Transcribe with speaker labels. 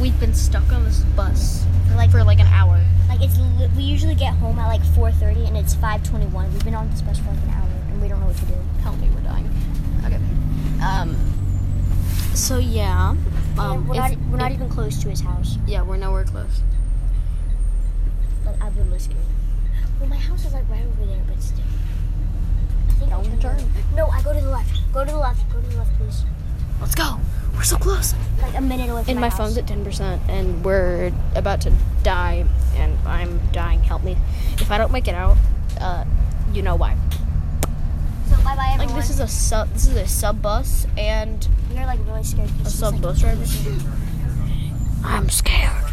Speaker 1: we've been stuck on this bus like for like an hour.
Speaker 2: Like it's li- we usually get home at like 4:30 and it's 5:21. We've been on this bus for like an hour and we don't know what to do.
Speaker 1: Help me, we're dying. Okay. Um. So yeah. Um.
Speaker 2: And we're
Speaker 1: if-
Speaker 2: not,
Speaker 3: e-,
Speaker 2: we're not
Speaker 1: if-
Speaker 2: even close to his house.
Speaker 1: yeah, we're nowhere close.
Speaker 2: Like I've been listening. Well, my house is like right over there, but still. I think I
Speaker 1: Don't
Speaker 2: turned
Speaker 1: turn.
Speaker 2: right. No, I go to the left. Go to the left. Go to the left, please.
Speaker 1: Let's go. We're so close.
Speaker 2: Like a minute away from
Speaker 3: And my
Speaker 2: my, house.
Speaker 3: phone's at 10%, and we're about to die, and I'm dying. Help me. If I don't make it out, uh, you know why.
Speaker 2: So bye bye everyone.
Speaker 3: Like, this is a sub, this is a sub bus, and
Speaker 2: we are like really scared. 'cause
Speaker 3: a
Speaker 2: she's,
Speaker 3: sub
Speaker 2: like,
Speaker 3: bus driver. I'm scared.